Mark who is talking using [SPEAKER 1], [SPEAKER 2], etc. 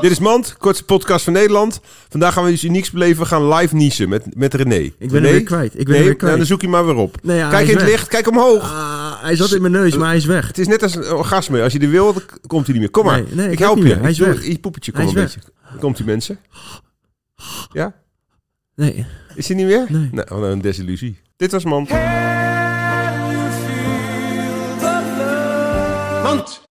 [SPEAKER 1] Dit is Mand, kortste podcast van Nederland. Vandaag gaan we iets unieks beleven. We gaan live niezen met, met René. Ik
[SPEAKER 2] ben hem weer kwijt. Ik ben hem weer kwijt.
[SPEAKER 1] Nou, dan zoek je maar weer op.
[SPEAKER 2] Nee, ja, hij
[SPEAKER 1] kijk
[SPEAKER 2] is
[SPEAKER 1] in het
[SPEAKER 2] weg.
[SPEAKER 1] licht, kijk omhoog.
[SPEAKER 2] Ah, hij zat in mijn neus, maar hij is weg.
[SPEAKER 1] Het is net als een orgasme. Als je er wil, dan k- komt hij niet meer. Kom maar,
[SPEAKER 2] Nee, nee, ik
[SPEAKER 1] ik
[SPEAKER 2] heb
[SPEAKER 1] help
[SPEAKER 2] niet
[SPEAKER 1] je.
[SPEAKER 2] meer. Hij is
[SPEAKER 1] Ik doe-
[SPEAKER 2] weg.
[SPEAKER 1] Je poepetje, kom
[SPEAKER 2] Hij
[SPEAKER 1] een
[SPEAKER 2] is
[SPEAKER 1] beetje. Komt die mensen? Ja?
[SPEAKER 2] Nee.
[SPEAKER 1] Is hij niet meer?
[SPEAKER 2] Nee.
[SPEAKER 1] Nou, wat een desillusie. Dit was Mand.
[SPEAKER 3] Can you feel the love?